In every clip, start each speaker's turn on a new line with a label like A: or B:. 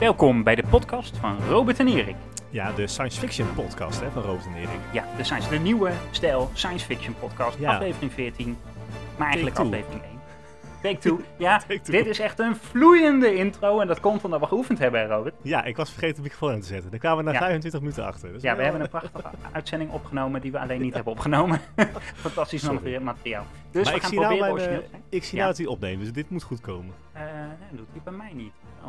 A: Welkom bij de podcast van Robert en Erik.
B: Ja, de science fiction podcast hè, van Robert en Erik.
A: Ja, de, science, de nieuwe stijl science fiction podcast,
B: Ja.
A: aflevering 14. Maar eigenlijk
B: two.
A: aflevering 1. Take two. Ja,
B: Take two.
A: dit is echt een vloeiende intro en dat komt omdat we geoefend hebben, hè, Robert.
B: Ja, ik was vergeten de microfoon aan te zetten. Daar kwamen we na
A: Ja.
B: 25 minuten achter. Dus
A: Ja, we
B: wel-
A: hebben een prachtige uitzending opgenomen die we alleen niet hebben opgenomen. Fantastisch
B: Sorry.
A: materiaal. Dus
B: maar
A: we
B: ik
A: gaan
B: zie, nou
A: proberen
B: mijn,
A: origineel te
B: eh,
A: zijn.
B: ik zie
A: Ja.
B: nou dat hij opneemt, dus dit moet goed komen.
A: Eh, nee, dat doet hij bij mij niet. Oh.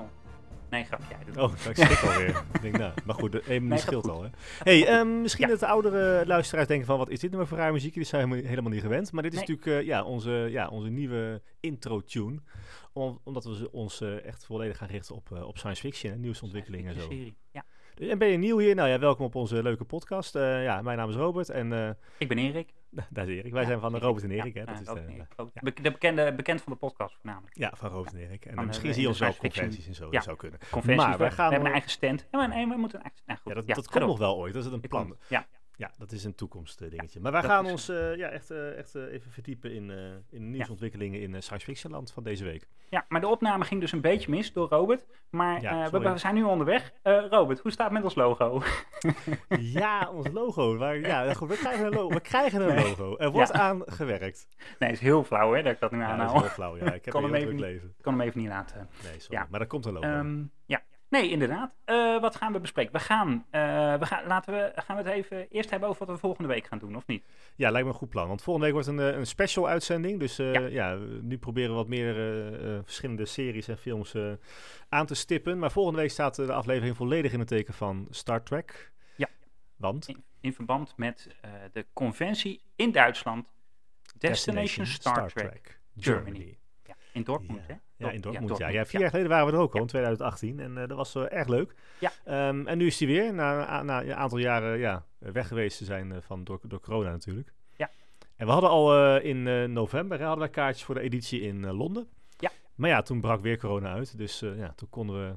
A: Nee, grapje, jij doet het.
B: Oh, ik schrik alweer. Ik denk, nou, maar goed, de één minuut
A: gaat
B: scheelt
A: goed.
B: al. Hè. Hey, ehm, misschien
A: Ja.
B: dat de oudere luisteraars denken van, wat is dit nou voor raar muziek? Die zijn helemaal- helemaal niet gewend. Maar dit is
A: Nee.
B: natuurlijk eh, ja, onze, ja, onze nieuwe intro-tune. Om- omdat we ze- ons eh, echt volledig gaan richten op, eh, op science fiction en nieuwsontwikkelingen en zo.
A: Serie. Ja.
B: En ben je nieuw hier? Nou ja, welkom op onze leuke podcast. Eh, ja, mijn naam is Robert en... eh,
A: Ik ben Erik.
B: Nou, Daar is Erik. Wij
A: Ja,
B: zijn van de
A: ik-
B: Robert en
A: ja,
B: Erik, hè?
A: eh,
B: Dat is
A: Robert
B: de,
A: en Erik. Ook De, de bekende, bekend van de podcast voornamelijk.
B: ja, van Robert en Erik. En
A: Van,
B: dan
A: eh,
B: misschien
A: de-
B: zie je
A: de
B: ons wel op
A: science fiction.
B: conventies en zo.
A: Ja.
B: Dat zou kunnen.
A: Conventies.
B: Maar
A: we,
B: wij
A: we
B: gaan
A: hebben
B: door-
A: een eigen stand. Ja, maar nee, we moeten een eigen stand. Nou, goed.
B: Ja, dat,
A: Ja,
B: dat
A: ga
B: komt
A: door.
B: nog wel ooit. Dat is een
A: Dit
B: plan.
A: komt. Ja,
B: Ja, dat is een
A: Ja,
B: toekomstdingetje. maar wij
A: dat
B: gaan
A: is-
B: ons eh, ja, echt, eh, echt eh, even verdiepen in, eh, in nieuwsontwikkelingen in eh, science fiction land van deze week.
A: ja, maar de opname ging dus een beetje mis door Robert. Maar
B: Ja,
A: eh, we,
B: sorry.
A: we zijn nu onderweg. Eh, Robert, hoe staat het met ons logo?
B: ja, ons logo. Waar, ja, goed, we krijgen een logo. We krijgen een
A: Nee.
B: logo. Er wordt aan gewerkt.
A: nee, is heel flauw hè, dat ik dat nu
B: Ja,
A: aanhaal.
B: dat is heel flauw. Ja. Ik heb
A: nou. Kan
B: een
A: hem
B: heel druk
A: even
B: leven.
A: Ik kon hem even niet laten.
B: Nee, sorry.
A: Ja.
B: Maar dat komt een logo.
A: Ehm, ja. Nee, inderdaad. Eh, wat gaan we bespreken? We gaan, eh, we gaan, laten we, gaan we het even eerst hebben over wat we volgende week gaan doen, of niet?
B: Ja, lijkt me een goed plan. Want volgende week wordt een, eh, een special uitzending. Dus eh,
A: Ja.
B: ja. nu proberen we wat meer eh, eh, verschillende series en films eh, aan te stippen. Maar volgende week staat eh, de aflevering volledig in het teken van Star Trek.
A: Ja.
B: Want?
A: In, in verband met eh, de conventie in Duitsland, Destination, Star, Trek, Germany. Ja, in Dortmund, hè?
B: Ja, in
A: Dort-
B: Dortmund. Ja, Ja, vier jaar geleden waren we er ook al, in 2018. En eh, dat was eh, erg leuk.
A: Ja.
B: Ehm, en nu is hij weer, na, na een aantal jaren ja, weg geweest te zijn eh, van, door, door corona natuurlijk.
A: Ja.
B: En we hadden al eh, in eh, november hè, hadden wij kaartjes voor de editie in eh, Londen.
A: Ja.
B: Maar ja, toen brak weer corona uit. Dus eh, ja, toen konden we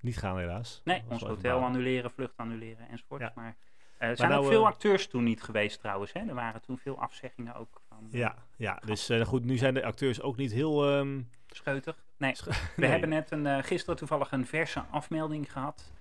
B: niet gaan helaas.
A: Nee,
B: Dat was
A: ons
B: wel even
A: hotel
B: balen.
A: annuleren, vlucht annuleren enzovoort.
B: Ja.
A: Maar eh, er zijn
B: nou,
A: ook veel
B: eh,
A: acteurs toen niet geweest trouwens. Hè? Er waren toen veel afzeggingen ook van eh,
B: Ja, ja, dus eh, goed, nu zijn de acteurs ook niet heel... ehm,
A: scheutig. eh, Nee,
B: Sch-
A: we
B: nee.
A: hebben net een, eh, gisteren toevallig een verse afmelding gehad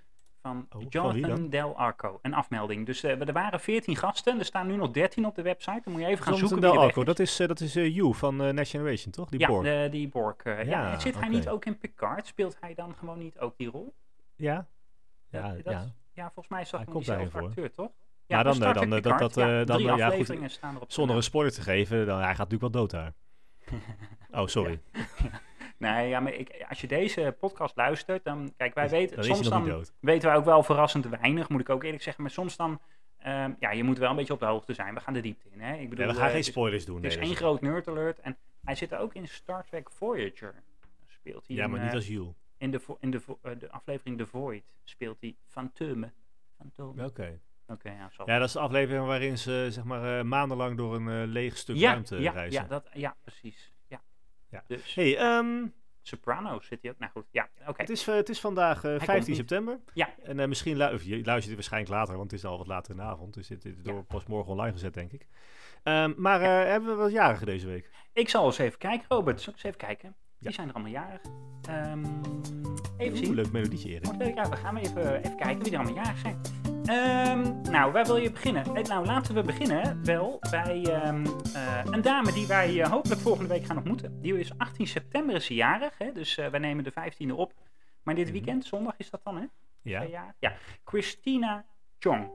A: van
B: Oh, van wie
A: Jonathan
B: dan?
A: Del Arco. Een afmelding. Dus eh, er waren 14 gasten. Er staan nu nog 13 op de website. Dan moet je even gaan
B: Jonathan
A: zoeken
B: Del
A: wie er weg
B: Arco,
A: is.
B: dat is, eh, dat is eh, You van eh Next Generation, toch? Die
A: ja,
B: Borg.
A: de- die Bork. eh, ja.
B: Ja,
A: Zit hij
B: oké.
A: niet ook in Picard? Speelt hij dan gewoon niet ook die rol?
B: Ja?
A: Dat-
B: Ja,
A: dat-
B: ja.
A: ja, volgens mij is dat
B: Hij
A: gewoon
B: komt daarin
A: diezelfde
B: voor.
A: acteur, toch?
B: Maar dan,
A: dus Star
B: eh, dan,
A: Trek
B: eh, dat-
A: Picard,
B: dat,
A: ja,
B: eh, dan,
A: drie
B: eh, ja, goed,
A: afleveringen staan erop.
B: Zonder een spoiler te geven, dan, hij gaat natuurlijk wel dood daar. Oh, sorry.
A: Nee, ja, maar ik, als je deze podcast luistert, dan... Kijk, wij
B: Dan
A: weten...
B: is hij
A: soms
B: nog niet
A: dan
B: dood.
A: weten wij ook wel verrassend weinig, moet ik ook eerlijk zeggen. Maar soms dan... ehm, ja, je moet wel een beetje op de hoogte zijn. We gaan de diepte in, hè? Ik bedoel, eh,
B: Nee, we gaan geen
A: het is-
B: spoilers doen.
A: Het
B: nee,
A: is
B: dat
A: één
B: is-
A: groot nerd alert. En hij zit er ook in Star Trek Voyager. Speelt hij
B: Ja,
A: in,
B: maar niet
A: eh,
B: als Jules.
A: in, de, vo- in de, vo- eh, de aflevering The Void. Speelt hij Fantomen. Fantomen.
B: Oké.
A: Oké, ja, zal
B: Ja, dat is de aflevering waarin ze zeg maar, eh, maandenlang door een eh, leeg stuk ruimte
A: ja,
B: reizen.
A: Ja, dat, ja precies. Ja.
B: Ja.
A: Dus
B: hey, ehm,
A: Sopranos zit hij ook. Nou goed, ja, oké.
B: het, is, eh, het is vandaag eh,
A: komt
B: 15
A: niet.
B: september.
A: Ja.
B: En eh, misschien lu- of je luistert dit waarschijnlijk later, want het is al wat later in de avond. Dus dit, dit wordt pas morgen online gezet, denk ik. Ehm, maar eh, hebben we wat jarigen deze week?
A: Ik zal eens even kijken, Robert. Zal ik eens even kijken? Die
B: Ja.
A: zijn er allemaal jarig. Ehm, even
B: Oeh,
A: zien.
B: leuk melodietje, Erik.
A: Wordt leuk. Ja, we gaan even, even kijken wie er allemaal jarig zijn. Ehm, nou, waar wil je beginnen? Eh, Nou, laten we beginnen wel bij ehm, eh, een dame die wij eh, hopelijk volgende week gaan ontmoeten. Die is 18 september is ze jarig, hè? dus eh, wij nemen de 15e op. Maar dit
B: Mhm.
A: weekend, zondag is dat dan, hè?
B: Ja.
A: Ja, ja. Christina Chong.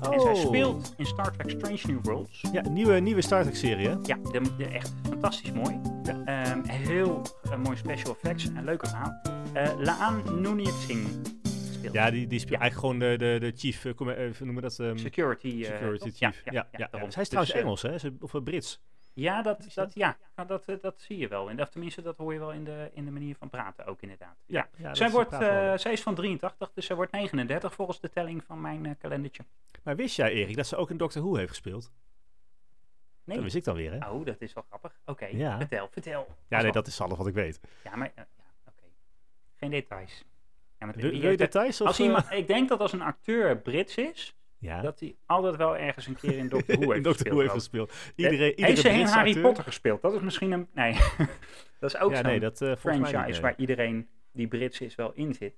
A: En
B: Oh.
A: zij speelt in Star Trek Strange New Worlds.
B: Ja, nieuwe, nieuwe Star Trek-serie, hè?
A: Ja, de, de- echt fantastisch mooi.
B: Ja.
A: Ehm, heel eh, mooi special effects en leuke verhaal. Eh Laan Noonien Singh speelt
B: Ja, die, die speelt
A: Ja.
B: eigenlijk gewoon de, de, de chief, eh, comm- eh, hoe noemen we dat? ehm,
A: security. eh,
B: security
A: toch?
B: chief. Ja, ja,
A: daarom.
B: Zij
A: Dus,
B: is trouwens
A: eh,
B: Engels, hè? Ze- Of eh, Brits.
A: Ja, dat,
B: Is
A: dat, ja nou, dat, eh, dat zie je wel. En, of tenminste, dat hoor je wel in de, in de manier van praten ook inderdaad.
B: Ja, ja, dat
A: zij,
B: is-
A: wordt,
B: praat wel.
A: eh, zij is van 83, dus zij wordt 39 volgens de telling van mijn eh, kalendertje.
B: Maar wist jij, Erik, dat ze ook in Doctor Who heeft gespeeld?
A: Nee.
B: Dat wist ik dan weer, hè?
A: Oh, dat is wel grappig. Oké,
B: Ja.
A: vertel, vertel.
B: ja, nee, dat is alles wat ik weet.
A: Ja, maar... eh, ja, oké. Geen details. Ja, maar
B: Wil,
A: je-
B: wil je details? Of,
A: Als
B: eh,
A: iemand, ik denk dat als een acteur Brits is,
B: ja.
A: dat hij altijd wel ergens een keer in Doctor Who
B: in
A: heeft
B: Doctor Who
A: gespeeld.
B: heeft
A: ook.
B: gespeeld.
A: Eh,
B: Iedereen, iedere
A: heeft ze geen
B: Britse
A: Harry
B: acteur-
A: Potter gespeeld? Dat is misschien een... Nee, dat is ook
B: Ja,
A: zo'n
B: nee, dat eh volgens mij
A: franchise
B: niet, nee.
A: waar iedereen die Brits is wel in zit.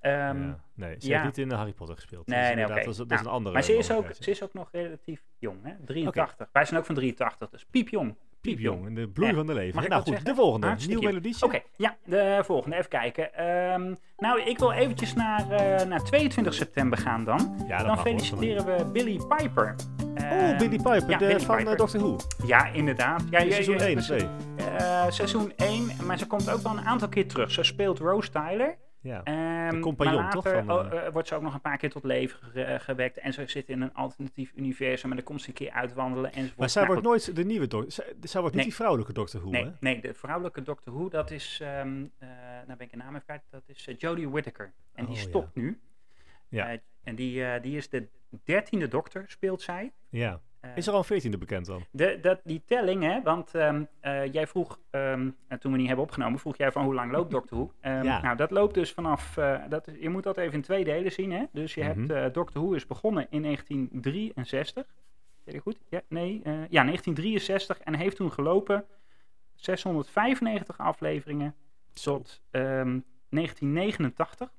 A: Ehm,
B: ja. Nee, ze
A: ja.
B: heeft niet in de Harry Potter gespeeld.
A: Nee,
B: Dus
A: nee,
B: inderdaad,
A: oké.
B: Dat is, dat is
A: Nou,
B: een andere.
A: Maar ze is, ook,
B: mogelijkheid.
A: ze is ook nog relatief jong, hè? 83. Wij zijn ook van 83, dus piepjong.
B: Piepjong, in de bloei
A: Ja.
B: van de leven.
A: Mag ik
B: nou
A: wat
B: goed,
A: zeggen?
B: de volgende.
A: Hartstikke
B: Nieuw
A: cute.
B: melodietje.
A: Oké, ja, de volgende. Even kijken. Ehm, nou, ik wil eventjes naar, eh, naar 22 september gaan dan.
B: Ja, dat
A: Dan
B: mag wel,
A: feliciteren we Billy Piper.
B: Oh,
A: Ehm,
B: Billy Piper,
A: ja,
B: de,
A: Billy
B: van eh,
A: Piper.
B: Doctor Who.
A: Ja, inderdaad. Ja, ja,
B: seizoen
A: ja,
B: 1,
A: precies.
B: 2.
A: Eh, seizoen 1, maar ze komt ook wel een aantal keer terug. Ze speelt Rose Tyler.
B: Ja.
A: Ehm,
B: De compagnon,
A: maar later,
B: toch, van,
A: oh, eh, wordt ze ook nog een paar keer tot leven ge- eh, gewekt. En ze zit in een alternatief universum. En dan komt ze een keer uitwandelen enzovoort.
B: Maar zij
A: Nou,
B: wordt nooit de nieuwe dokter. Zij, zij wordt
A: Nee.
B: niet die vrouwelijke Doctor Who, hè?
A: Nee, nee, de vrouwelijke Doctor Who, dat is, ehm eh nou ben ik een naam even kwijt, dat is eh, Jodie Whittaker. En die
B: Oh, ja.
A: stopt nu.
B: Ja.
A: Eh, en die, eh, die is de dertiende dokter, speelt zij.
B: Ja.
A: Eh,
B: Is er al een veertiende bekend dan?
A: de, dat, die telling, hè, want ehm, eh, jij vroeg, ehm, eh, toen we die hebben opgenomen, vroeg jij van hoe lang loopt Doctor Who? Ehm,
B: Ja.
A: Nou, dat loopt dus vanaf, eh, dat, is- je moet dat even in twee delen zien, hè. Dus je
B: Mhm.
A: hebt, eh Doctor Who is begonnen in 1963. Zeg ik goed? Ja, nee, eh, ja, 1963 en heeft toen gelopen 695 afleveringen tot ehm, 1989.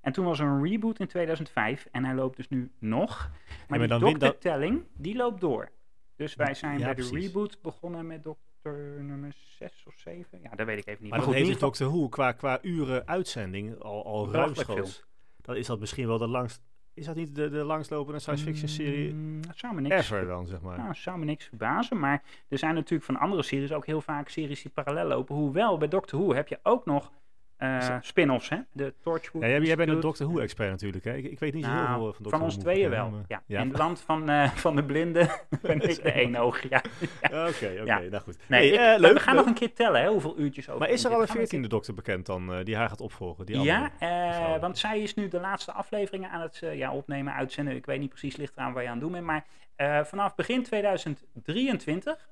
A: En toen was er een reboot in 2005 en hij loopt dus nu nog. Maar
B: maar
A: die
B: dan wint dat-
A: doktertelling, die loopt door. Dus wij zijn
B: Ja,
A: bij de
B: precies.
A: reboot begonnen met dokter nummer 6 of 7. Ja, dat weet ik even niet.
B: Maar, dus
A: goed,
B: dan
A: in
B: heeft
A: ieder
B: Doctor Who qua, qua uren uitzending al, al
A: Belachelijk
B: ruimschoots. Dan is dat misschien wel de langst... Is dat niet de, de langstlopende
A: geval-
B: science fiction serie
A: Mm, dat zou me niks
B: ever dan, zeg maar?
A: Nou, het zou me niks verbazen, maar er zijn natuurlijk van andere series ook heel vaak series die parallel lopen. Hoewel, bij Doctor Who heb je ook nog eh,
B: Zo.
A: spin-offs, hè? De Torchwood.
B: Ja, jij, jij bent een
A: Institute.
B: Doctor Who-expert natuurlijk, hè? Ik, ik weet niet zo
A: Nou,
B: heel veel eh, van Doctor Who.
A: van ons
B: moet ik
A: tweeën wel,
B: bekennen, maar-
A: ja.
B: Ja.
A: In het land van, eh, van de blinden ben ik de eenoog, ja.
B: Oké, oké,
A: Ja.
B: nou goed.
A: Nee,
B: Hey,
A: ik-
B: eh,
A: we-
B: leuk,
A: we gaan
B: leuk.
A: nog een keer tellen, hè, hoeveel uurtjes over.
B: Maar is er al
A: zitten.
B: een
A: Gaan we keer-
B: veertiende dokter bekend dan, eh, die haar gaat opvolgen? Die
A: Ja,
B: andere?
A: eh,
B: vrouw.
A: want zij is nu de laatste afleveringen aan het eh, ja, opnemen, uitzenden. Ik weet niet precies, ligt eraan waar je aan het doen bent. Maar eh, vanaf begin 2023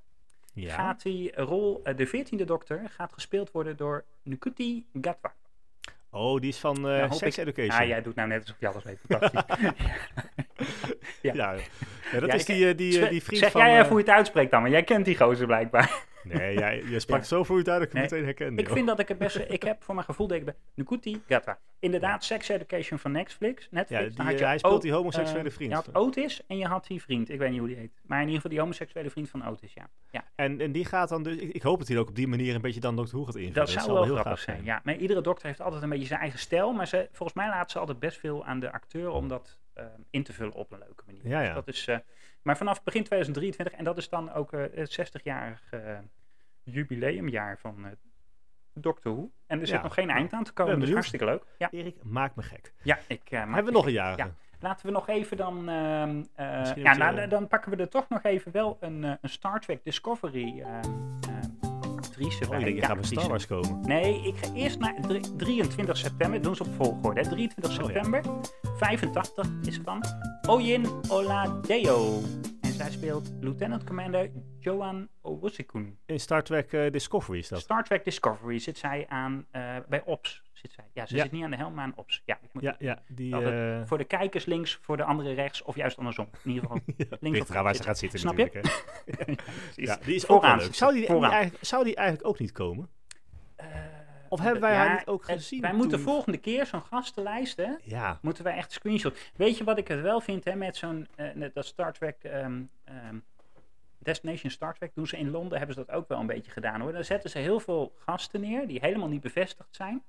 B: Ja.
A: gaat die rol, eh, de veertiende dokter, gaat gespeeld worden door Nukuti Gatwa.
B: Oh, die is van eh
A: hoop
B: Sex Education. eh,
A: Ah, jij doet nou net alsof je alles weet. Fantastisch.
B: Ja.
A: ja.
B: Ja, dat
A: Ja,
B: is
A: ik-
B: die, eh, die, eh,
A: Zeg-
B: die vriend
A: zeg
B: van...
A: jij
B: eh,
A: even hoe je het uitspreekt dan, maar jij kent die gozer blijkbaar.
B: Nee, jij, je sprak
A: Ja.
B: zo voor je uit dat ik hem
A: Nee,
B: meteen herkende.
A: Ik
B: joh.
A: vind dat ik het beste. Ik heb voor mijn gevoel dat ik ben. Nukuti Gatta. Inderdaad, Sex Education van Netflix.
B: Ja,
A: Netflix.
B: die,
A: Dan had
B: eh,
A: je
B: hij speelt
A: O-
B: die homoseksuele
A: eh,
B: vriend.
A: Je had Otis en je had die vriend. Ik weet niet hoe die heet. Maar in ieder geval die homoseksuele vriend van Otis, ja. ja
B: En, en die gaat dan dus... Ik, ik hoop dat hij ook op die manier een beetje dan Doctor Who gaat invullen.
A: dat zou wel grappig
B: gaaf
A: zijn. Ja, maar iedere dokter heeft altijd een beetje zijn eigen stijl. Maar ze, volgens mij laat ze altijd best veel aan de acteur om dat eh, in te vullen op een leuke manier.
B: Ja,
A: Dus
B: ja.
A: dat is, eh, maar vanaf begin 2023, en dat is dan ook eh, het 60-jarig eh, jubileumjaar van eh, Doctor Who. En er zit
B: Ja.
A: nog geen eind aan te
B: ben
A: komen, dus
B: benieuwd.
A: hartstikke leuk. Ja.
B: Erik, maak me gek.
A: Ja, ik eh, maak
B: Hebben we nog een jarige? Oh,
A: Ja. Laten we nog even dan. ehm, eh,
B: Misschien
A: ja,
B: moet je-
A: nou, dan- dan pakken we er toch nog even wel een, eh, een Star Trek Discovery ehm, ehm, actrice
B: Oh,
A: bij.
B: ik denk, je
A: Ja,
B: gaat met
A: actrice.
B: Star Wars komen.
A: Nee, ik ga eerst naar drie- 23 september. Doen ze op volgorde. Hè? 23
B: Oh, ja.
A: september. 85 is het dan. Oyin Oladeo. En zij speelt Lieutenant Commander Joan Owusikun.
B: In Star Trek eh, Discovery is dat.
A: Star Trek Discovery zit zij aan. eh, bij Ops zit zij. Ja, ze
B: Ja.
A: zit niet aan de helm, maar aan Ops. Ja, ik moet
B: Ja, ja. Die...
A: Dat het
B: eh,
A: voor de kijkers links, voor de anderen rechts, of juist andersom. In ieder geval links
B: Ligt
A: of
B: eraan waar ze
A: rechts
B: gaat zitten
A: Snap je?
B: natuurlijk. hè.
A: Precies.
B: Ja, die is ook wel
A: Vooraan
B: leuk.
A: zitten,
B: Zou die, die
A: vooraan.
B: eigenlijk, zou die eigenlijk ook niet komen?
A: Eh,
B: Of hebben wij haar
A: ja,
B: niet ook
A: eh,
B: gezien?
A: Wij moeten
B: toen?
A: volgende keer zo'n gastenlijst, hè,
B: Ja.
A: moeten wij echt screenshot. Weet je wat ik het wel vind, hè, met zo'n, eh, met dat Star Trek, ehm, ehm, Destination Star Trek, doen ze in Londen, hebben ze dat ook wel een beetje gedaan, hoor. Dan zetten ze heel veel gasten neer, die helemaal niet bevestigd zijn.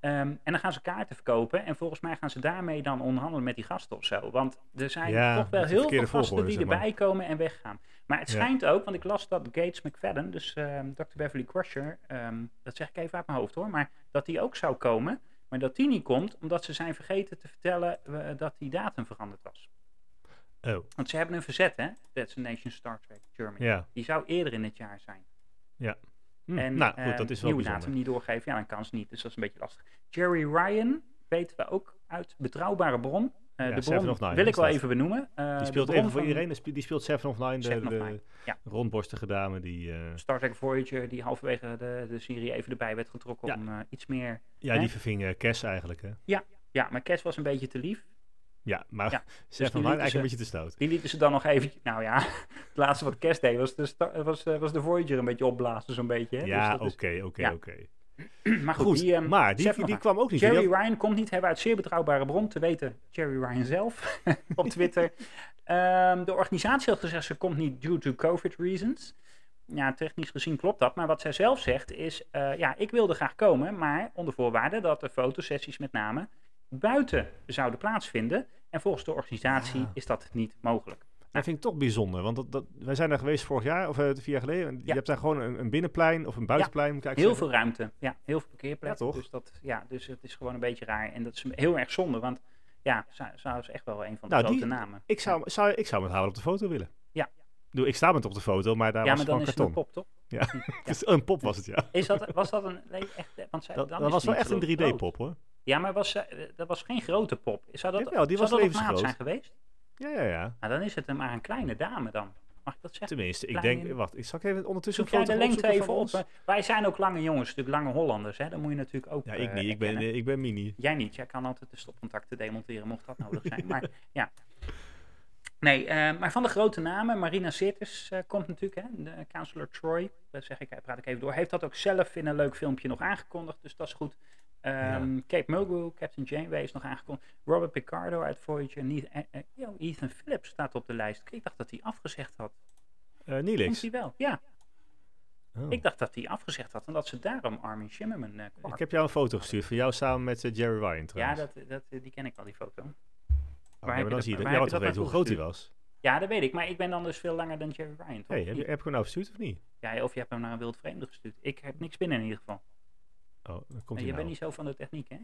A: Ehm, en dan gaan ze kaarten verkopen. En volgens mij gaan ze daarmee dan onderhandelen met die gasten of zo. Want er zijn
B: Ja,
A: toch wel
B: met de
A: heel veel
B: verkeerde
A: gasten
B: volgorde,
A: die
B: zeg maar.
A: erbij komen en weggaan. Maar het
B: Ja.
A: schijnt ook, want ik las dat Gates McFadden, dus ehm, Dr. Beverly Crusher, ehm, dat zeg ik even uit mijn hoofd hoor, maar dat die ook zou komen. Maar dat die niet komt, omdat ze zijn vergeten te vertellen eh, dat die datum veranderd was.
B: Oh,
A: Want ze hebben een verzet, hè? Destination Star Trek Germany.
B: ja.
A: Die zou eerder in het jaar zijn.
B: Hm,
A: En
B: nou, goed,
A: ehm,
B: dat is wel
A: nieuwe
B: bijzonder.
A: datum niet doorgeven, ja, dan kan ze niet. Dus dat is een beetje lastig. Jerry Ryan weten we ook uit betrouwbare bron. Eh,
B: Ja,
A: de
B: Seven
A: bron
B: of Nine,
A: wil ik wel
B: inderdaad.
A: even benoemen. Eh,
B: Die
A: de
B: speelt
A: bron
B: even voor
A: van
B: iedereen. die spe- Die speelt Seven of Nine, de,
A: Seven of
B: de
A: Nine, ja.
B: rondborstige dame. Die, eh,
A: Star Trek Voyager, die halverwege de, de serie even erbij werd getrokken
B: Ja.
A: om eh, iets meer...
B: ja,
A: Hè?
B: die verving eh, Cass eigenlijk. Hè?
A: Ja, maar Cass was een beetje te lief.
B: Ja, maar
A: Ja, Dus
B: Seven of
A: die eh,
B: Nine
A: lieten
B: eigenlijk
A: ze-
B: een beetje te stout.
A: Die lieten ze dan nog even... Nou ja, het laatste wat Cass deed was de, sta- was, eh, was de Voyager een beetje opblazen zo'n beetje. Hè? Dus
B: ja,
A: dat is-
B: oké, oké,
A: ja.
B: oké.
A: maar goed,
B: Goed,
A: die, ehm,
B: maar die,
A: Zet
B: die,
A: nog maar.
B: kwam ook niet.
A: Jerry
B: Die had-
A: Ryan komt niet, hebben we uit zeer betrouwbare bron te weten. Jerry Ryan zelf op Twitter. Ehm, de organisatie had gezegd ze komt niet due to COVID reasons. Ja, technisch gezien klopt dat. Maar wat zij zelf zegt is, eh, ja, ik wilde graag komen, maar onder voorwaarde dat de fotosessies met name buiten zouden plaatsvinden. En volgens de organisatie
B: Ja.
A: is dat niet mogelijk.
B: Dat vind ik toch bijzonder, want dat, dat, wij zijn daar geweest vorig jaar, of eh, vier jaar geleden. en Je
A: Ja.
B: hebt daar gewoon een, een binnenplein of een buitenplein. moet ik
A: Heel
B: eigenlijk
A: veel ruimte, ja, heel veel parkeerplekken.
B: Ja, toch?
A: dus, dat, ja, dus het is gewoon een beetje raar. En dat is heel erg zonde, want ja, zij, zij is echt wel een van de
B: Nou, die-
A: grote namen.
B: Ik zou, zou, ik zou met haar wel op de foto willen.
A: Ja.
B: Ik bedoel, Ik sta met op de foto, maar daar
A: ja,
B: was
A: maar
B: gewoon
A: dan is het
B: karton.
A: een pop, toch?
B: Dus een pop was het, ja.
A: Is dat, was dat een... Nee, echt, want zij,
B: Dat,
A: dan
B: dat
A: is het
B: was wel
A: niet
B: echt een
A: zo
B: 3D-pop, hoor.
A: groot. Ja, maar was, zij- dat was geen grote pop. Zou dat,
B: Jawel, die
A: zou
B: was
A: dat op maat
B: levensgroot.
A: zijn geweest?
B: Ja, ja, ja.
A: Nou, dan is het een- maar een kleine dame dan. Mag ik dat zeggen?
B: Tenminste, ik
A: Klein-
B: denk... Wacht, ik zal ik even ondertussen
A: Zoek
B: een
A: jij
B: foto
A: de lengte
B: opzoeken
A: even
B: van
A: op.
B: ons?
A: hè? Wij zijn ook lange jongens, natuurlijk lange Hollanders. Hè? Dat moet je natuurlijk ook
B: Ja, ik
A: eh,
B: niet. Ik ben,
A: erkennen.
B: ik ben mini.
A: Jij niet. Jij kan altijd de stopcontacten demonteren, mocht dat nodig zijn. Maar ja. Nee, eh, maar van de grote namen. Marina Sirtis eh, komt natuurlijk, hè. De counselor Troy. Dat zeg ik, eh, praat ik even door. Heeft dat ook zelf in een leuk filmpje nog aangekondigd. Dus dat is goed. Ehm Kate Mulgrew, Captain Janeway is nog aangekondigd. Robert Picardo uit Voyager. Niet, eh, eh, yo, Ethan Phillips staat op de lijst. Ik dacht dat hij afgezegd had.
B: Eh
A: Komt
B: Neelix.
A: hij wel? Ja,
B: Oh.
A: ik dacht dat hij afgezegd had. En dat ze daarom Armin Shimmerman eh kwam.
B: Ik heb jou een foto gestuurd van jou samen met eh, Jerry Ryan,
A: Ja,
B: trouwens.
A: dat, dat, eh, die ken ik al, die foto.
B: Oh,
A: waar
B: ja,
A: heb je
B: maar dan
A: dat-
B: zie je...
A: waar heb
B: dat- Jij had
A: je dat
B: toch weten hoe
A: naartoe
B: groot hij was?
A: Ja, dat weet ik. Maar ik ben dan dus veel langer dan Jerry Ryan, toch?
B: Hey, heb, heb ik hem nou verstuurd of niet?
A: Ja, of je hebt hem naar een wild vreemde gestuurd. Ik heb niks binnen in ieder geval.
B: Oh, dan
A: Je
B: komt hij
A: bent
B: nou.
A: niet zo van de techniek, hè?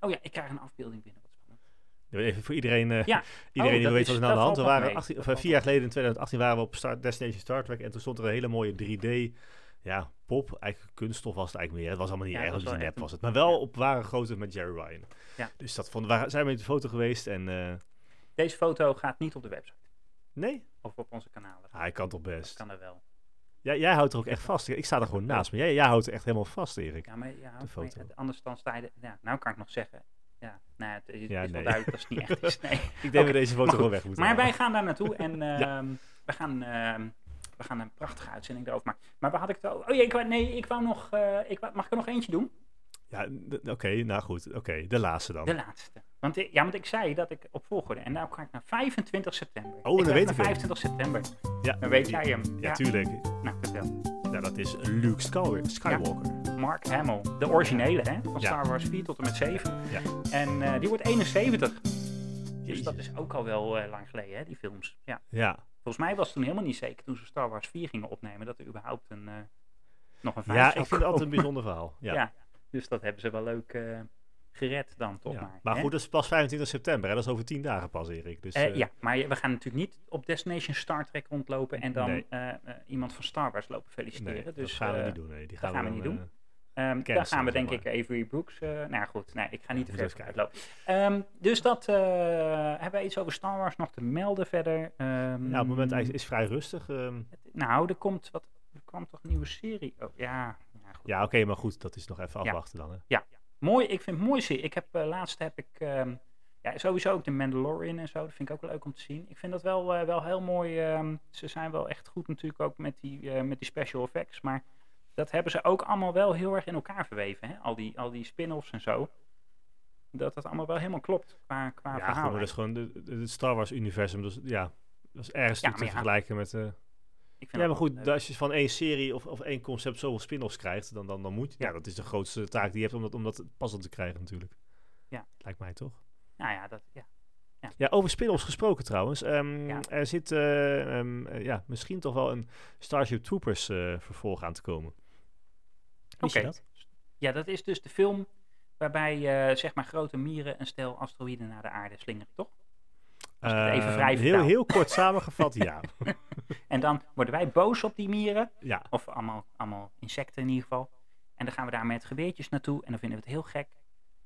A: Oh ja, ik krijg een afbeelding binnen. Wat spannend.
B: Even voor iedereen, eh,
A: Ja.
B: iedereen die
A: dat
B: weet
A: is-
B: wat er nou aan de
A: dat valt
B: hand. We
A: nog
B: waren
A: mee.
B: 18 of,
A: Dat
B: eh, vier jaar geleden, in 2018, waren we op Star, Destination Star Trek. En toen stond er een hele mooie 3D ja, pop. Eigenlijk kunststof was het eigenlijk meer. Het was allemaal niet
A: Ja,
B: erg,
A: het was wel
B: dus nep
A: echt een-
B: was het. Maar wel
A: ja.
B: op ware grootte met Jerry Ryan.
A: Ja.
B: Dus dat vonden, waren, zijn we met de foto geweest. En eh,
A: Deze foto gaat niet op de website
B: nee,
A: of op onze kanalen.
B: hij kan toch
A: Dat
B: best.
A: kan er wel.
B: Jij, jij houdt er ook echt vast. Ik sta er gewoon naast. Maar jij, jij houdt er echt helemaal vast, Erik.
A: Ja, maar ja,
B: De
A: maar
B: foto.
A: het- anders dan sta je... de- Ja, nou kan ik nog zeggen. Ja, nou, het is,
B: Ja,
A: het is wel
B: nee.
A: duidelijk dat het niet echt is. Nee.
B: Ik denk
A: Oké,
B: dat we deze foto
A: maar
B: gewoon weg moeten
A: Maar wij
B: halen.
A: gaan daar naartoe en ehm, we, gaan, ehm, we gaan een prachtige uitzending erover maken. Maar waar had ik het over? Oh ja, ik wou, nee, ik wou nog... eh, ik wou- mag ik er nog eentje doen?
B: Ja, d- oké, nou goed. Oké, de laatste dan.
A: De laatste. Want, eh, ja, want ik zei dat ik op volgorde. En nou ga ik naar 25 september.
B: dan
A: ik ga
B: Oh, weet
A: naar
B: ik het.
A: 25 september.
B: ja,
A: Dan weet
B: die-
A: jij hem.
B: Ja, tuurlijk.
A: Nou, vertel.
B: Nou, dat is Luke Skywalker. Skywalker.
A: Mark Hamill. De originele, hè? Van
B: Ja.
A: Star Wars 4 tot en met 7.
B: Ja.
A: En eh, die wordt 71. Dus
B: Jezus.
A: dat is ook al wel eh, lang geleden, hè? Die films. Ja.
B: Ja.
A: Volgens mij was het toen helemaal niet zeker toen ze Star Wars 4 gingen opnemen dat er überhaupt een, eh, nog een vijf
B: Ja, ik
A: zou
B: vind het altijd een
A: komen.
B: bijzonder verhaal. Ja.
A: Ja. Dus dat hebben ze wel leuk eh, gered dan toch
B: Ja.
A: maar.
B: Maar
A: hè?
B: goed, dat is pas 25 september. Hè? Dat is over 10 dagen pas, Erik. Dus,
A: Eh,
B: eh,
A: ja, maar je- we gaan natuurlijk niet op Destination Star Trek rondlopen en dan
B: Nee.
A: eh, eh, iemand van Star Wars lopen
B: nee,
A: feliciteren.
B: dat
A: dus
B: gaan we
A: eh,
B: niet doen. Nee, die
A: dat
B: gaan we,
A: gaan we
B: dan,
A: niet
B: eh,
A: ehm, daar
B: Kennis,
A: gaan we
B: zeg
A: denk ik
B: maar.
A: Avery Brooks. eh, nou ja, goed, nee, ik ga niet te
B: Moet
A: ver
B: even kijken.
A: uitlopen. Ehm, dus dat eh, hebben we iets over Star Wars nog te melden verder. Ehm,
B: ja, Nou, op het moment is is vrij rustig. ehm.
A: Nou, er komt wat. Er kwam toch een nieuwe serie? Oh, ja, ja, goed.
B: ja, oké, maar goed, dat is nog even
A: Ja.
B: afwachten dan. Hè?
A: Mooi, ik vind het mooi serie. Ik heb eh, laatst heb ik ehm, ja, sowieso ook de Mandalorian en zo. Dat vind ik ook wel leuk om te zien. Ik vind dat wel, eh, wel heel mooi. ehm, ze zijn wel echt goed natuurlijk ook met die, eh, met die special effects. Maar dat hebben ze ook allemaal wel heel erg in elkaar verweven. Hè? Al die, al die spin-offs en zo. Dat dat allemaal wel helemaal klopt qua, qua
B: Ja,
A: verhaal.
B: gewoon, dat is gewoon de- de- het Star Wars-universum. Dus ja, dat is ergens
A: Ja,
B: natuurlijk te
A: maar ja.
B: vergelijken met... eh,
A: Ik vind
B: ja,
A: dat
B: maar
A: wel eh,
B: goed,
A: leuk.
B: als je van één serie of, of één concept zoveel spin-offs krijgt, dan, dan, dan moet je... Ja.
A: Ja.
B: dat is de grootste taak die je hebt om dat, om dat passend te krijgen natuurlijk.
A: Ja.
B: Lijkt mij toch?
A: Nou ja, dat, ja.
B: Ja, over spin-offs gesproken trouwens. Ehm,
A: Ja.
B: Er zit eh, ehm, eh, ja, misschien toch wel een Starship Troopers eh, vervolg aan te komen. Wist
A: Oké.
B: je dat?
A: ja, dat is dus de film waarbij eh, zeg maar grote mieren een stel asteroïden naar de aarde slingeren, toch? Als ik het even
B: Ehm,
A: vrij
B: heel,
A: vertaal.
B: heel kort samengevat, ja.
A: En dan worden wij boos op die mieren.
B: ja.
A: Of allemaal, allemaal insecten in ieder geval. En dan gaan we daar met geweertjes naartoe. En dan vinden we het heel gek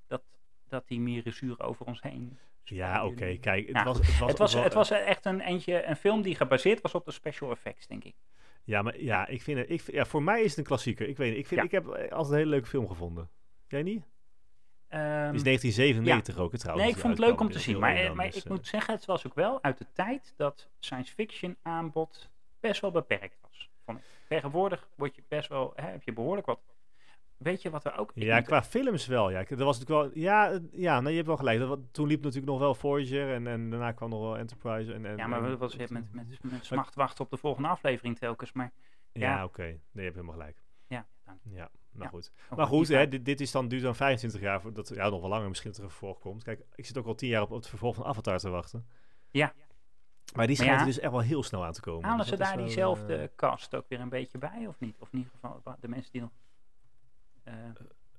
A: dat, dat die mieren zuur over ons heen.
B: Ja, oké,
A: Jullie-
B: kijk. Het
A: Nou,
B: was, het was,
A: Het was,
B: ook wel-
A: het was echt een, eentje, een film die gebaseerd was op de special effects, denk ik.
B: Ja, maar ja, ik vind het, ik, vind- ja, voor mij is het een klassieker. Ik weet niet, ik, vind,
A: Ja.
B: ik heb eh, altijd een hele leuke film gevonden. Jij niet?
A: Ehm,
B: Het is 1997 ook, hè, trouwens.
A: nee, ik
B: die
A: vond het leuk
B: uitkwam.
A: om te
B: Deel
A: zien.
B: 1
A: Maar,
B: dan,
A: maar
B: dus,
A: ik
B: eh,
A: moet zeggen, het was ook wel uit de tijd dat science fiction aanbod best wel beperkt was. Vond ik. Tegenwoordig word je best wel, hè, heb je behoorlijk wat Weet je wat we ook... ik
B: Ja,
A: moet-
B: qua films wel. Ja, Ik- er was natuurlijk wel. Ja, eh, ja nou, je hebt wel gelijk. Dat, wa- toen liep natuurlijk nog wel Voyager en, en daarna kwam nog wel Enterprise. En, en,
A: Ja, maar
B: en-
A: dat was weer met, met, met smacht wachten op de volgende aflevering telkens. Maar
B: Ja,
A: ja.
B: oké. Nee, je hebt helemaal gelijk.
A: ja, dank.
B: Ja, nou
A: Ja.
B: goed.
A: Oh,
B: Maar
A: die
B: goed,
A: vraag-
B: hè, dit, dit is dan, duurt dan 25 jaar voordat, ja, nog wel langer misschien dat er een vervolg komt. Kijk, ik zit ook al 10 jaar op, op het vervolg van Avatar te wachten.
A: Ja.
B: Maar die
A: Maar
B: schijnt
A: ja,
B: er dus echt wel heel snel aan te komen.
A: Halen
B: Dus
A: ze
B: dat is
A: daar
B: wel,
A: diezelfde
B: eh,
A: cast ook weer een beetje bij, of niet? Of in ieder geval wa- de mensen die nog eh,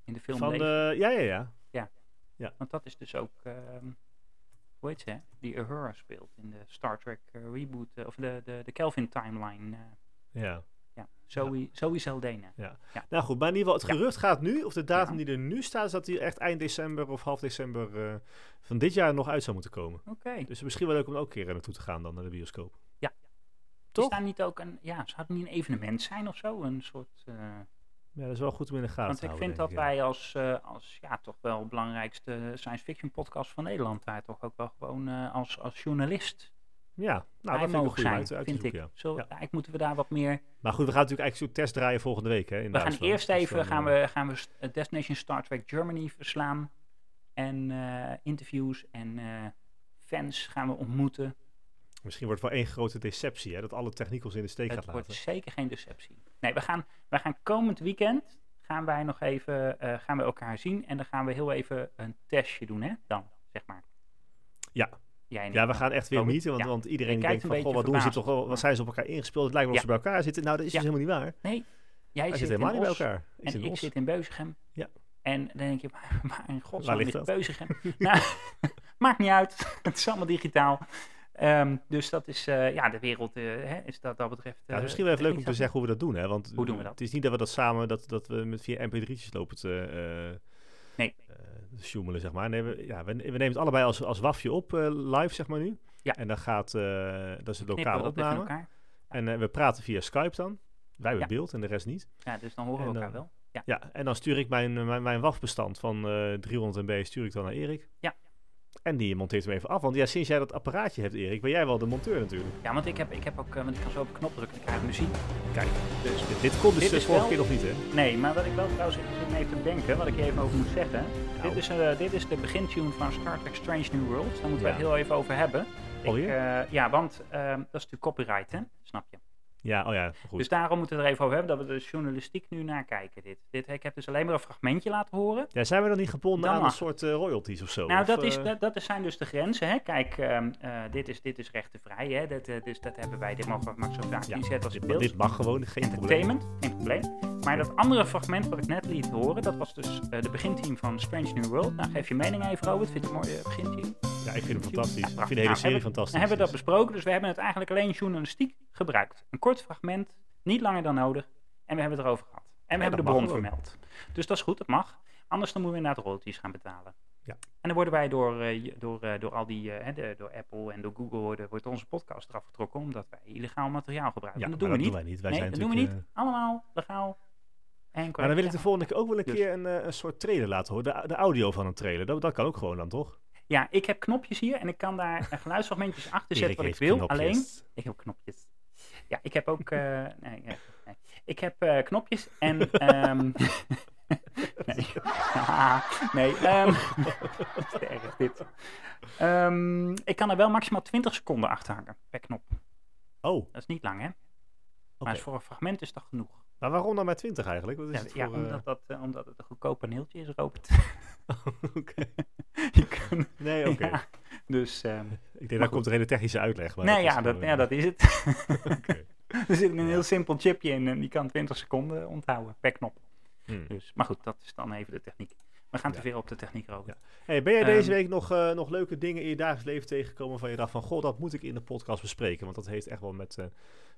A: in de film
B: van
A: leven.
B: de, ja, ja, ja.
A: Want dat is dus ook, ehm, hoe heet ze, hè? die Uhura speelt in de Star Trek eh, reboot, eh, of de, de, de Kelvin timeline. eh,
B: ja.
A: ja, Zoe, Zoe Zeldana.
B: Nou goed, maar in ieder geval, het
A: Ja.
B: gerucht gaat nu, of de datum
A: Ja.
B: die er nu staat, is dat die echt eind december of half december eh, van dit jaar nog uit zou moeten komen.
A: Oké.
B: Dus misschien wel leuk om er ook een keer eh, naartoe te gaan dan, naar de bioscoop.
A: Ja. Is
B: Toch?
A: daar niet ook een, ja, zou het niet een evenement zijn of zo? Een soort... eh,
B: Ja, dat is wel goed om in de gaten
A: Want
B: te
A: ik
B: houden,
A: vind dat
B: denk ik, ja.
A: wij als, eh, als ja, toch wel belangrijkste science fiction podcast van Nederland daar toch ook wel gewoon eh, als, als journalist
B: Ja, nou,
A: bij
B: dat vind ik een
A: mogen
B: goede
A: zijn,
B: om uit, uit te
A: vind ik.
B: zoeken, ja.
A: Zo,
B: Ja.
A: Eigenlijk moeten we daar wat meer...
B: Maar goed, we gaan natuurlijk eigenlijk zo'n test draaien volgende week, hè, in
A: We gaan
B: Duitsland.
A: eerst
B: Dus
A: even
B: dan,
A: gaan
B: eh,
A: we, gaan we s- eh, Destination Star Trek Germany verslaan. En eh, interviews en eh, fans gaan we ontmoeten.
B: Misschien wordt het wel één grote deceptie, hè, dat alle techniekels in de steek
A: Het
B: gaat
A: wordt
B: laten.
A: zeker geen deceptie. Nee, we gaan, we gaan komend weekend gaan wij nog even eh, gaan we elkaar zien. En dan gaan we heel even een testje doen, hè? Dan, zeg maar.
B: Ja.
A: Jij en ik.
B: Ja, we gaan echt weer
A: Oh, goed.
B: mieten, want,
A: Ja.
B: want iedereen die
A: kijkt
B: denkt
A: een
B: van, goh,
A: beetje
B: wat doen ze toch,
A: verbaasd.
B: wel- wat zijn ze op elkaar ingespeeld? Het lijkt wel of ze bij elkaar zitten. Nou, dat is
A: Ja.
B: dus helemaal niet waar.
A: Nee, jij
B: Hij
A: zit
B: zit
A: in
B: helemaal niet bij
A: Os
B: elkaar. Ik
A: en
B: zit in
A: ik
B: Os.
A: zit in Beuzegem.
B: Ja.
A: En dan denk je, maar, maar in
B: Waar
A: godsnaam
B: ligt
A: is
B: dat?
A: Beuzegem. nou, maakt niet uit. Het is allemaal digitaal. Ehm, dus dat is, eh, ja, de wereld eh, hè, is dat, dat betreft...
B: Ja, het
A: eh,
B: is misschien wel even leuk om te
A: technisch
B: zeggen hoe we dat doen, hè? Want
A: Hoe doen we dat?
B: Het is niet dat we dat samen, dat, dat we met vier mp3'tjes lopen te eh,
A: Nee.
B: eh, sjoemelen, zeg maar. Nee, we, ja, we, we nemen het allebei als, als wafje op, eh, live, zeg maar nu.
A: Ja.
B: En dan gaat, eh, dat is
A: knippen we
B: de lokale
A: dat even in
B: opname.
A: elkaar.
B: En eh, we praten via Skype dan. Wij hebben
A: Ja.
B: beeld en de rest niet.
A: Ja, dus dan horen we
B: En,
A: elkaar
B: eh,
A: wel. Ja,
B: Ja, en dan stuur ik mijn, eh, mijn, mijn WAF-bestand van eh 300 MB stuur ik dan naar Erik.
A: Ja.
B: En die monteert hem even af. Want ja, sinds jij dat apparaatje hebt, Erik, ben jij wel de monteur natuurlijk.
A: ja want ik heb, ik heb ook, eh, want ik kan zo op een knop drukken en dan krijg ik muziek.
B: Kijk, dus dit, dit kon dus
A: Dit
B: de
A: is
B: vorige
A: wel-
B: keer nog niet, hè?
A: Nee, maar wat ik wel trouwens even zit mee te denken, wat ik hier even over moet zeggen.
B: Nou.
A: Dit, is, eh, dit is de begintune van Star Trek Strange New Worlds. Daar moeten we
B: Ja.
A: het heel even over hebben.
B: Alweer?
A: Ik, eh, ja, want ehm, dat is natuurlijk copyright, hè? Snap je?
B: Ja, oh ja, goed.
A: Dus daarom moeten we het er even over hebben, dat we de journalistiek nu nakijken. Dit. Dit, ik heb dus alleen maar een fragmentje laten horen.
B: Ja, zijn we dan niet gebonden
A: Dan
B: aan een
A: mag
B: soort eh, royalties of zo?
A: Nou,
B: Of,
A: dat, is,
B: eh,
A: dat, dat is- zijn dus de grenzen. Hè? Kijk, ehm, eh, dit, is, dit is rechtenvrij. Hè? Dat, eh, dus dat hebben wij, dit mogen we makkelijk zo vaak
B: Ja,
A: inzetten als
B: dit,
A: beeld.
B: dit mag gewoon, geen probleem.
A: entertainment, geen probleem. Maar dat andere fragment wat ik net liet horen, dat was dus eh, de beginteam van Strange New World. Nou, geef je mening even, Robert. Vind je het een mooi eh, beginteam?
B: Ja, ik vind hem fantastisch. ik vind
A: prachtig.
B: de hele
A: Nou,
B: serie
A: hebben-
B: fantastisch.
A: Dan hebben we dat
B: dus-
A: besproken, dus we hebben het eigenlijk alleen journalistiek gebruikt. Een kort fragment, niet langer dan nodig. En we hebben het erover gehad. En we
B: Ja,
A: hebben de
B: dat
A: bron
B: mag ook.
A: vermeld. Dus dat is goed, dat mag. Anders dan moeten we inderdaad royalties gaan betalen.
B: Ja.
A: En dan worden wij door, eh, je- door, eh, door al die, eh, hè, de- door Apple en door Google, worden, wordt onze podcast eraf getrokken omdat wij illegaal materiaal gebruiken.
B: ja,
A: En dat doen
B: maar
A: we niet.
B: wij niet. Wij
A: nee,
B: zijn
A: dat doen we niet.
B: natuurlijk,
A: Allemaal legaal en correct.
B: eh, maar dan wil ik de
A: Ja.
B: volgende keer ook wel een
A: Dus-
B: keer een, eh, een soort trailer laten horen. De, de audio van een trailer. Dat, dat kan ook gewoon dan, toch?
A: Ja, ik heb knopjes hier en ik kan daar eh, geluidsfragmentjes achter zetten
B: Erik
A: wat ik
B: heeft
A: wil.
B: knopjes.
A: Alleen, ik heb knopjes. Ja, ik heb ook... eh, nee, eh, nee. Ik heb eh, knopjes en... ehm, nee, Haha, nee ehm, wat is erg dit. Ehm, ik kan er wel maximaal 20 seconden achter hangen per knop.
B: Oh, oké.
A: Dat is niet lang, hè? Maar is voor een fragment is dat genoeg.
B: Maar waarom dan maar 20 eigenlijk? Wat is
A: Ja,
B: het
A: ja,
B: voor, eh,
A: omdat, dat, eh, omdat het een goedkoop paneeltje is, Robert.
B: eh, oké.
A: Je kan-
B: Nee, oké.
A: Ja, dus... ehm,
B: Ik denk, daar komt er hele technische uitleg. Maar
A: nee,
B: is
A: ja dat,
B: gewoon,
A: ja,
B: eh,
A: dat is het.
B: oké.
A: Er zit een
B: Ja.
A: heel simpel chipje in en die kan 20 seconden onthouden per knop.
B: Hmm.
A: Dus, maar goed, dat is dan even de techniek. We gaan te
B: Ja.
A: veel op de techniek roken.
B: Hey, ben jij deze
A: Ehm,
B: week nog, eh, nog leuke dingen in je dagelijks leven tegengekomen van je dacht van, goh, dat moet ik in de podcast bespreken, want dat heeft echt wel met, eh,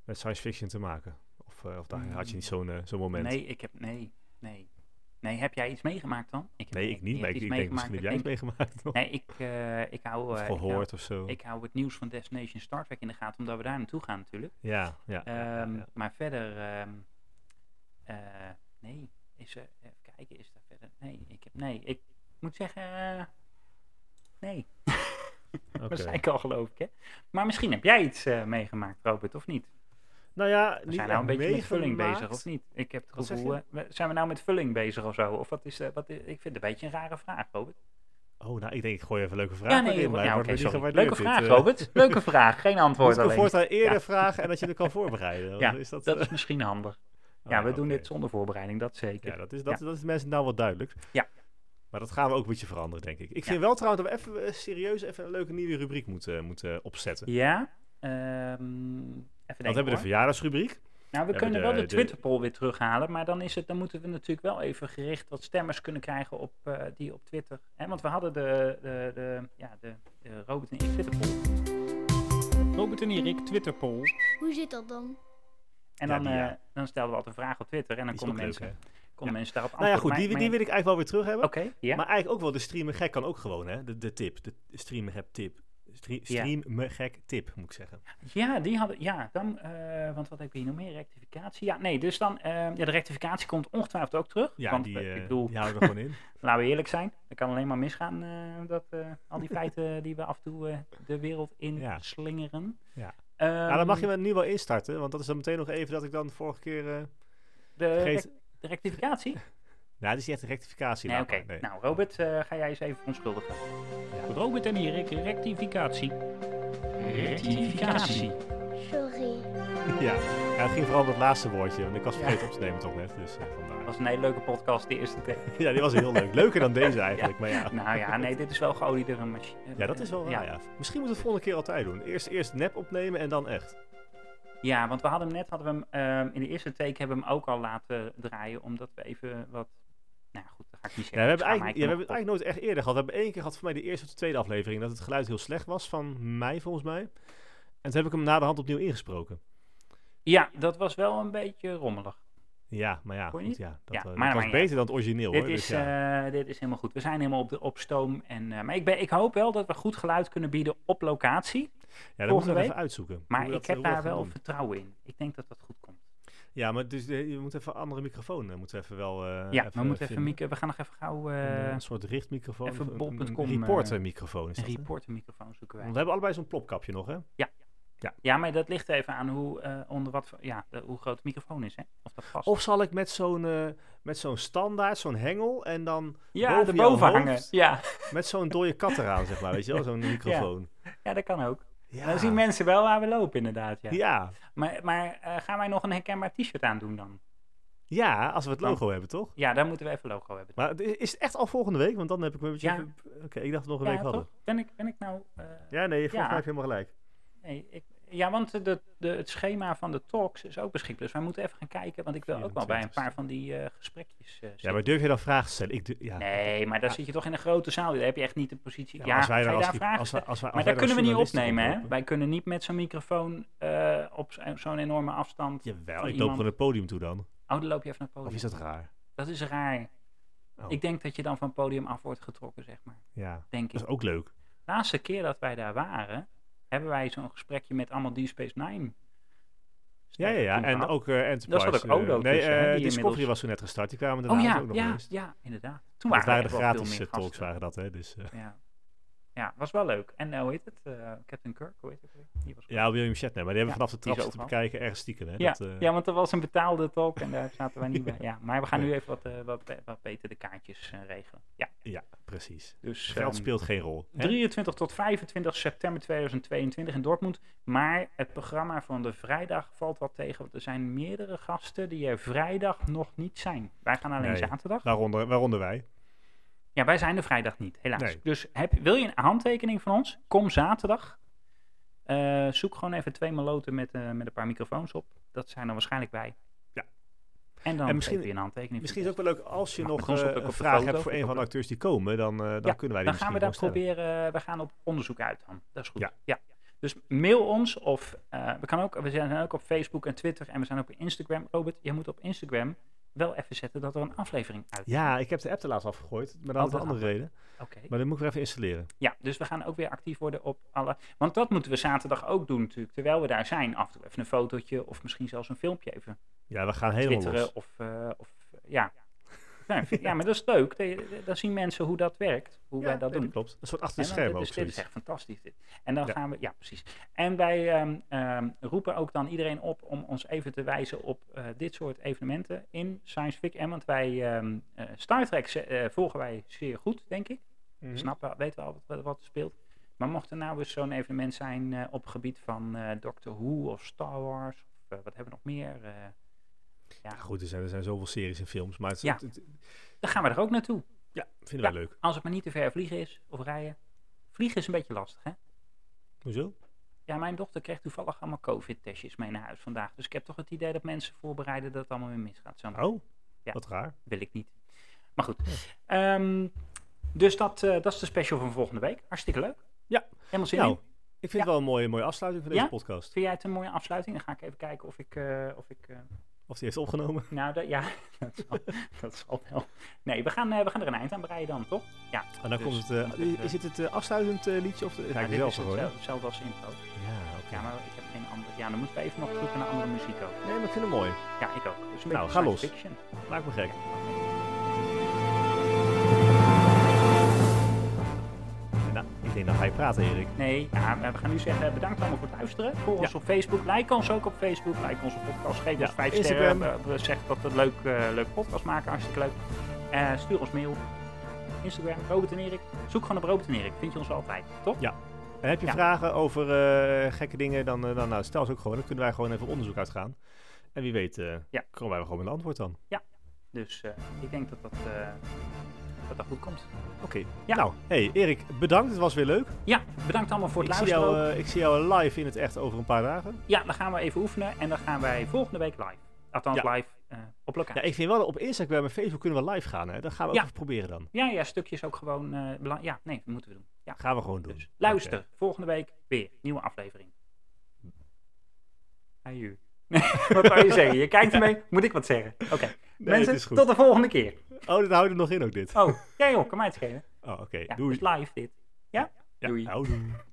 B: met science fiction te maken. Of, eh, of daar had je niet zo'n eh, zo'n moment?
A: Mm. nee, ik heb. Nee, nee. Nee, heb jij iets meegemaakt dan? Ik heb
B: Nee, ik niet,
A: Je
B: maar ik,
A: hebt
B: ik
A: iets
B: denk misschien heb jij iets
A: ik
B: meegemaakt nog,
A: denk- Nee, ik, eh, ik hou.
B: of
A: eh, ik hou-
B: gehoord of zo.
A: Ik hou het nieuws van Destination Star Trek in de gaten, omdat we daar naartoe gaan natuurlijk.
B: ja, ja, ja, ja,
A: Ehm,
B: ja.
A: Maar verder, ehm, eh, nee, is er, even kijken, is daar verder, nee, ik heb, nee, ik moet zeggen, eh, nee,
B: Oké.
A: dat zei ik al geloof ik, hè. Maar misschien heb jij iets eh, meegemaakt, Robert, of niet?
B: Nou ja,
A: We
B: niet
A: zijn nou een
B: echt
A: beetje met vulling
B: meegemaakt.
A: bezig, of niet? Ik heb het
B: Wat zeg
A: gevoel,
B: je?
A: eh, we- zijn we nou met vulling bezig of zo? Of wat is, eh, wat is- ik vind het een beetje een rare vraag, Robert.
B: Oh, nou, ik denk ik gooi even leuke vragen
A: Ja, nee,
B: erin.
A: ja,
B: maar het
A: oké,
B: wordt weer niet
A: sorry.
B: gewaardeerd,
A: Leuke
B: dit,
A: vraag,
B: eh.
A: Robert. Leuke vraag, geen antwoord
B: Moet ik hem
A: alleen.
B: voortaan eerder
A: Ja.
B: vragen en dat je er kan voorbereiden?
A: Ja,
B: is dat,
A: Dat
B: eh,
A: is misschien handig.
B: oh,
A: Ja, we doen
B: oké.
A: dit zonder voorbereiding, dat zeker.
B: eh, Ja, dat is, dat, dat is mensen nou wel duidelijk.
A: Ja.
B: Maar dat gaan we ook een beetje veranderen, denk ik. Ik vind wel trouwens dat we even eh, serieus even een leuke nieuwe rubriek moeten, moeten eh, opzetten.
A: Ja, ehm, even
B: Want we
A: denken
B: hebben de
A: hoor.
B: verjaardagsrubriek.
A: Nou, we
B: hebben
A: kunnen
B: de-
A: wel de
B: de-
A: Twitterpoll weer terughalen, maar dan, is het, dan moeten we natuurlijk wel even gericht wat stemmers kunnen krijgen op, eh, die op Twitter. Hè, want we hadden de, de, de, ja, de, de Robert en ik Twitterpoll.
C: Robert en Erik Twitterpoll.
D: Hoe zit dat dan?
A: En
B: Ja,
A: dan,
B: die,
A: eh,
B: ja.
A: dan stelden we altijd een vraag op Twitter en dan
B: Die is ook
A: konden
B: leuk,
A: mensen, Oh,
B: hè?
A: konden mensen daarop
B: Nou ja,
A: antwoorden.
B: goed, die,
A: Maar-
B: die wil ik eigenlijk wel weer terug hebben.
A: Oké, ja.
B: Maar eigenlijk ook wel de streamen gek kan ook gewoon, hè? De, de tip, de streamen gek tip. Stre
A: Ja.
B: stream me gek tip, moet ik zeggen.
A: Ja, die hadden, ja, dan, eh, want wat heb je hier nog meer? Rectificatie? Ja, nee, dus dan, eh, ja, de rectificatie komt ongetwijfeld ook terug.
B: Ja,
A: want
B: die,
A: eh,
B: eh,
A: ik bedoel,
B: die houden we er gewoon in.
A: laten we eerlijk zijn, er kan alleen maar misgaan eh, dat eh, al die feiten die we af en toe eh, de wereld in
B: Ja.
A: slingeren. Ehm,
B: Ja.
A: ja,
B: nou, dan mag je me nu wel instarten, want dat is dan meteen nog even dat ik dan vorige keer... eh,
A: de,
B: vergeet-
A: rec- de rectificatie?
B: Nou, dit is niet echt een rectificatie.
A: Nee,
B: laat
A: oké.
B: maar. Nee.
A: Nou, Robert, eh, ga jij eens even verontschuldigen.
C: Robert en Erik rectificatie. Rectificatie.
D: Sorry.
B: Ja. ja, het ging vooral om dat laatste woordje, want ik was
A: Ja. Oh.
B: vergeten op te nemen toch net. Dus eh, vandaar.
A: Dat was een hele leuke podcast, de eerste keer.
B: Ja, die was heel leuk. Leuker dan deze eigenlijk, maar ja.
A: Nou ja, nee, dit is wel geoliedere machine.
B: Ja, dat is wel waar,
A: ja.
B: ja. Misschien moeten we het volgende keer altijd doen. Eerst, eerst nep opnemen en dan echt.
A: Ja, want we hadden hem net, hadden we hem, ehm, in de eerste take hebben we hem ook al laten draaien, omdat we even wat... Nou goed, dat ga ik niet zeggen.
B: Ja, we hebben,
A: Schaam
B: eigenlijk,
A: mij
B: ja, we hebben het
A: knap
B: eigenlijk nooit echt eerder gehad. We hebben één keer gehad voor mij de eerste of de tweede aflevering... dat het geluid heel slecht was van mij, volgens mij. En toen heb ik hem na de hand opnieuw ingesproken.
A: op. Ja, dat was wel een beetje rommelig.
B: Ja, maar ja,
A: Kon je
B: goed,
A: niet?
B: ja. Dat,
A: Ja,
B: eh, dat
A: maar-
B: was
A: maar ja.
B: beter dan het origineel,
A: dit,
B: hoor.
A: is,
B: dus ja.
A: eh, dit is helemaal goed. We zijn helemaal op, de, op stoom. En, eh, maar ik, ben, ik hoop wel dat we goed geluid kunnen bieden op locatie.
B: ja,
A: volgende
B: dat moeten we nog
A: week.
B: even uitzoeken.
A: Maar
B: hoe we
A: ik
B: dat,
A: heb
B: eh, hoe
A: daar
B: we dat gaan
A: wel
B: doen.
A: vertrouwen in. Ik denk dat dat goed komt.
B: Ja, maar dus, eh, je moet even een andere microfoon... eh, moeten we even wel... eh,
A: ja, we moeten even,
B: vinden.
A: mieke- we gaan nog even gauw
B: Een, eh,
A: eh
B: een soort richtmicrofoon.
A: even
B: of een-
A: bol.com,
B: een-
A: eh,
B: Een reportermicrofoon is
A: een
B: dat, hè?
A: reportermicrofoon zoeken wij.
B: Want we hebben allebei zo'n plopkapje nog, hè?
A: Ja, maar dat ligt even aan hoe, eh, onder wat, voor- ja, de- hoe groot de microfoon is. Hè? Of dat past.
B: Of zal ik met zo'n eh, met zo'n standaard, zo'n hengel en dan
A: ja,
B: boven jouw
A: erboven hangen.
B: hoofd?
A: Ja.
B: met zo'n dode kat eraan, zeg maar, weet je wel, zo'n microfoon.
A: ja, dat kan ook.
B: Ja.
A: Dan zien mensen wel waar we lopen, inderdaad. Ja.
B: Ja.
A: Maar, maar eh, gaan wij nog een herkenbaar t-shirt aandoen dan?
B: ja, als we het logo hebben, toch?
A: Ja, daar moeten we even logo hebben.
B: Maar het is- is het echt al volgende week? Want dan heb ik een beetje...
A: Ja.
B: Oké, ik dacht dat we nog een
A: ja,
B: week hadden.
A: toch? Ben ik, ben ik nou... eh,
B: Ja, nee, volgens
A: Ja.
B: mij heb je helemaal gelijk.
A: nee, ik, ja, want de, de, het schema van de talks is ook beschikbaar. Dus wij moeten even gaan kijken, want ik wil ook wel bij een
B: 24ste.
A: paar van die eh, gesprekjes eh,
B: Ja,
A: zitten.
B: maar durf je dan vragen te stellen? Ik du- ja.
A: Nee, maar daar zit je toch in een grote zaal. Daar heb je echt niet de positie.
B: Ja,
A: Ja,
B: maar als wij
A: ga
B: daar
A: je
B: als,
A: daar
B: die-
A: vragen
B: als, wij- als, wij- als
A: Maar
B: wij
A: daar kunnen we niet
B: journalisten
A: opnemen, hè?
B: rondlopen-
A: Wij kunnen niet met zo'n microfoon eh, op zo- zo'n enorme afstand.
B: Jawel,
A: Van
B: ik loop
A: iemand-
B: van het podium toe dan.
A: Oh, dan loop je even naar het podium.
B: Of is dat raar?
A: Dat is raar.
B: Oh.
A: Ik denk dat je dan van het podium af wordt getrokken, zeg maar.
B: Ja,
A: Denk ik.
B: dat is ook leuk.
A: laatste keer dat wij daar waren, hebben wij zo'n gesprekje met allemaal Deep Space Nine.
B: Ja, ja, ja.
A: Toen
B: En
A: gehad.
B: ook eh Enterprise.
A: zat ook
B: eh,
A: Odo
B: Nee,
A: tussen, hè,
B: eh,
A: die
B: Discovery
A: inmiddels-
B: was toen net gestart. Die kwamen daarna
A: Oh ja,
B: ook nog
A: ja,
B: eens.
A: ja, inderdaad. Toen waren,
B: Dat waren de
A: er echt wel veel
B: gratis
A: meer
B: eh, talks,
A: gasten.
B: waren dat, hè. Dus, eh,
A: Ja. ja, was wel leuk. En eh, hoe heet het? Eh, Captain Kirk, hoe heet het? weer? Die was
B: ja, William Shatner. Maar die hebben
A: Ja,
B: vanaf de
A: die is
B: trap te
A: overal.
B: bekijken ergens stiekem, hè.
A: Ja,
B: Dat, eh,
A: ja, want er was een betaalde talk en daar zaten wij niet bij. Ja, maar we gaan nu
B: Nee.
A: even wat, eh, wat, be- wat beter de kaartjes eh, regelen. Ja,
B: ja, precies.
A: dus
B: Geld
A: ehm,
B: speelt geen rol. hè?
A: 23 tot 25 september 2022 in Dortmund. Maar het programma van de vrijdag valt wat tegen. Want er zijn meerdere gasten die er vrijdag nog niet zijn. Wij gaan alleen
B: Nee.
A: zaterdag.
B: Waaronder, waaronder wij.
A: Ja, wij zijn er vrijdag niet, helaas.
B: Nee.
A: Dus heb, wil je een handtekening van ons? Kom zaterdag. Eh, zoek gewoon even twee maloten met, eh, met een paar microfoons op. Dat zijn dan waarschijnlijk wij.
B: Ja.
A: En dan en
B: En misschien-
A: misschien, je een handtekening.
B: Misschien is het ook wel leuk als je
A: Mag
B: nog
A: met ons
B: eh,
A: op de- op
B: een
A: de
B: vraag
A: foto,
B: hebt voor
A: of
B: een
A: op
B: van de
A: de-
B: acteurs die komen. Dan, eh, dan
A: Ja,
B: kunnen wij
A: Dan
B: die
A: gaan we daar
B: misschien gewoon stellen.
A: proberen, eh, we gaan op onderzoek uit dan. Dat is goed.
B: Ja.
A: Ja. Dus mail ons of eh, we, kan ook, we zijn ook op Facebook en Twitter en we zijn ook op Instagram. Robert, jij moet op Instagram wel even zetten dat er een aflevering uit is.
B: Ja, ik heb de app er laatst afgegooid. Maar dat had
A: Oh,
B: een
A: dat
B: andere
A: had-
B: reden.
A: Oké.
B: Maar dan moet ik weer even installeren.
A: Ja, dus we gaan ook weer actief worden op alle... Want dat moeten we zaterdag ook doen natuurlijk, terwijl we daar zijn. Af en toe even een fotootje of misschien zelfs een filmpje even
B: Ja, we gaan helemaal
A: twitteren
B: los.
A: of... eh, of eh, ja. schuif. Ja, maar dat is leuk. Dat- Dan zien mensen hoe dat werkt, hoe wij dat
B: nee,
A: doen.
B: klopt. Een soort achter
A: En
B: de
A: dan-
B: schermen
A: dit
B: ook
A: is, dit is
B: zoiets.
A: echt fantastisch dit. En dan
B: Ja.
A: gaan we, ja precies. En wij ehm, ehm, roepen ook dan iedereen op om ons even te wijzen op eh, dit soort evenementen in Science Fiction. Want wij, ehm, eh, Star Trek ze- eh, volgen wij zeer goed, denk ik.
B: Mhm.
A: Snappen, weten we al wat, wat er speelt. Maar mocht er nou eens zo'n evenement zijn eh, op gebied van eh Doctor Who of Star Wars, of eh, wat hebben we nog meer? eh,
B: Ja, goed, er zijn, er zijn zoveel series en films, maar het,
A: Ja.
B: het- het-
A: dan gaan we er ook naartoe.
B: ja, vinden
A: Ja.
B: wij leuk.
A: Als het maar niet te ver vliegen is of rijden. Vliegen is een beetje lastig, hè?
B: Hoezo?
A: Ja, mijn dochter kreeg toevallig allemaal COVID-testjes mee naar huis vandaag. Dus ik heb toch het idee dat mensen voorbereiden dat het allemaal weer misgaat. Zo
B: Oh,
A: Ja.
B: wat raar.
A: wil ik niet. Maar goed. Ehm, dus dat, eh, dat is de special van volgende week. Hartstikke leuk.
B: Ja.
A: Helemaal zin
B: Nou,
A: in.
B: ik vind het wel een mooie, mooie afsluiting van deze
A: Ja?
B: podcast.
A: Vind jij het een mooie afsluiting? Dan ga ik even kijken of ik... eh, of ik eh,
B: Of die heeft opgenomen.
A: nou, dat, ja, dat zal, dat zal wel. Nee, we gaan, eh, we gaan er een eind aan breien dan, toch? Ja.
B: En dan
A: Dus
B: komt het, eh,
A: niet het,
B: is het het eh, afsluitend eh, liedje of de,
A: Nou,
B: ja,
A: dit
B: zelf
A: is
B: hoor.
A: hetzelfde, hetzelfde als de intro.
B: Ja, oké.
A: Ja, maar ik heb geen andere... Ja, dan moeten we even nog zoeken naar andere muziek ook.
B: Nee, maar ik vind het mooi.
A: Ja, ik ook. Dus een
B: Nou,
A: beetje
B: ga
A: science
B: los.
A: Fiction.
B: Maakt me gek. Nou, ik denk dat ga je praten, Erik.
A: Nee, ja, maar we gaan nu zeggen bedankt allemaal voor het luisteren. Volg ons
B: Ja.
A: op Facebook. Like ons ook op Facebook. Like onze podcast. Geef
B: Ja,
A: ons vijf
B: Instagram.
A: sterren. We, we zeggen dat we een leuk, eh, leuk podcast maken. Hartstikke leuk. Eh, stuur ons mail. Instagram, Robert en Erik. Zoek gewoon op Robert en Erik. Vind je ons altijd, toch?
B: Ja. En heb je
A: Ja.
B: vragen over eh, gekke dingen, dan, eh, dan nou, stel ze ook gewoon. Dan kunnen wij gewoon even op onderzoek uitgaan. En wie weet, eh
A: Ja.
B: komen wij wel gewoon met een antwoord dan.
A: Dus eh, ik denk dat dat, eh, dat dat goed komt.
B: Oké.
A: Ja.
B: Nou, hey Erik, bedankt. Het was weer leuk.
A: Ja, bedankt allemaal voor het
B: Ik zie,
A: luisteren.
B: jou,
A: ook.
B: eh, ik zie jou live in het echt over een paar dagen.
A: Ja, dan gaan we even oefenen. En dan gaan wij volgende week live. Althans,
B: Ja.
A: live eh, op locatie.
B: Ja, ik vind wel op Instagram en Facebook kunnen we live gaan. Hè? Dat gaan we ook
A: Ja.
B: even proberen dan.
A: Ja, ja, stukjes ook gewoon. eh, belang- ja, nee, dat moeten we doen. Ja.
B: Gaan we gewoon doen.
A: Dus luister,
B: Oké.
A: volgende week weer nieuwe aflevering. Aju. Nee, wat wou je zeggen? Je kijkt ermee, moet ik wat zeggen? Oké,
B: Nee, het is
A: mensen,
B: goed.
A: tot de volgende keer.
B: Oh, dat houdt er nog in ook dit.
A: Oh, jij ook, kan mij het schelen.
B: Oh, oké.
A: Ja,
B: Doei.
A: het is live dit. Ja?
B: Ja,
A: Doei.
B: houdoe.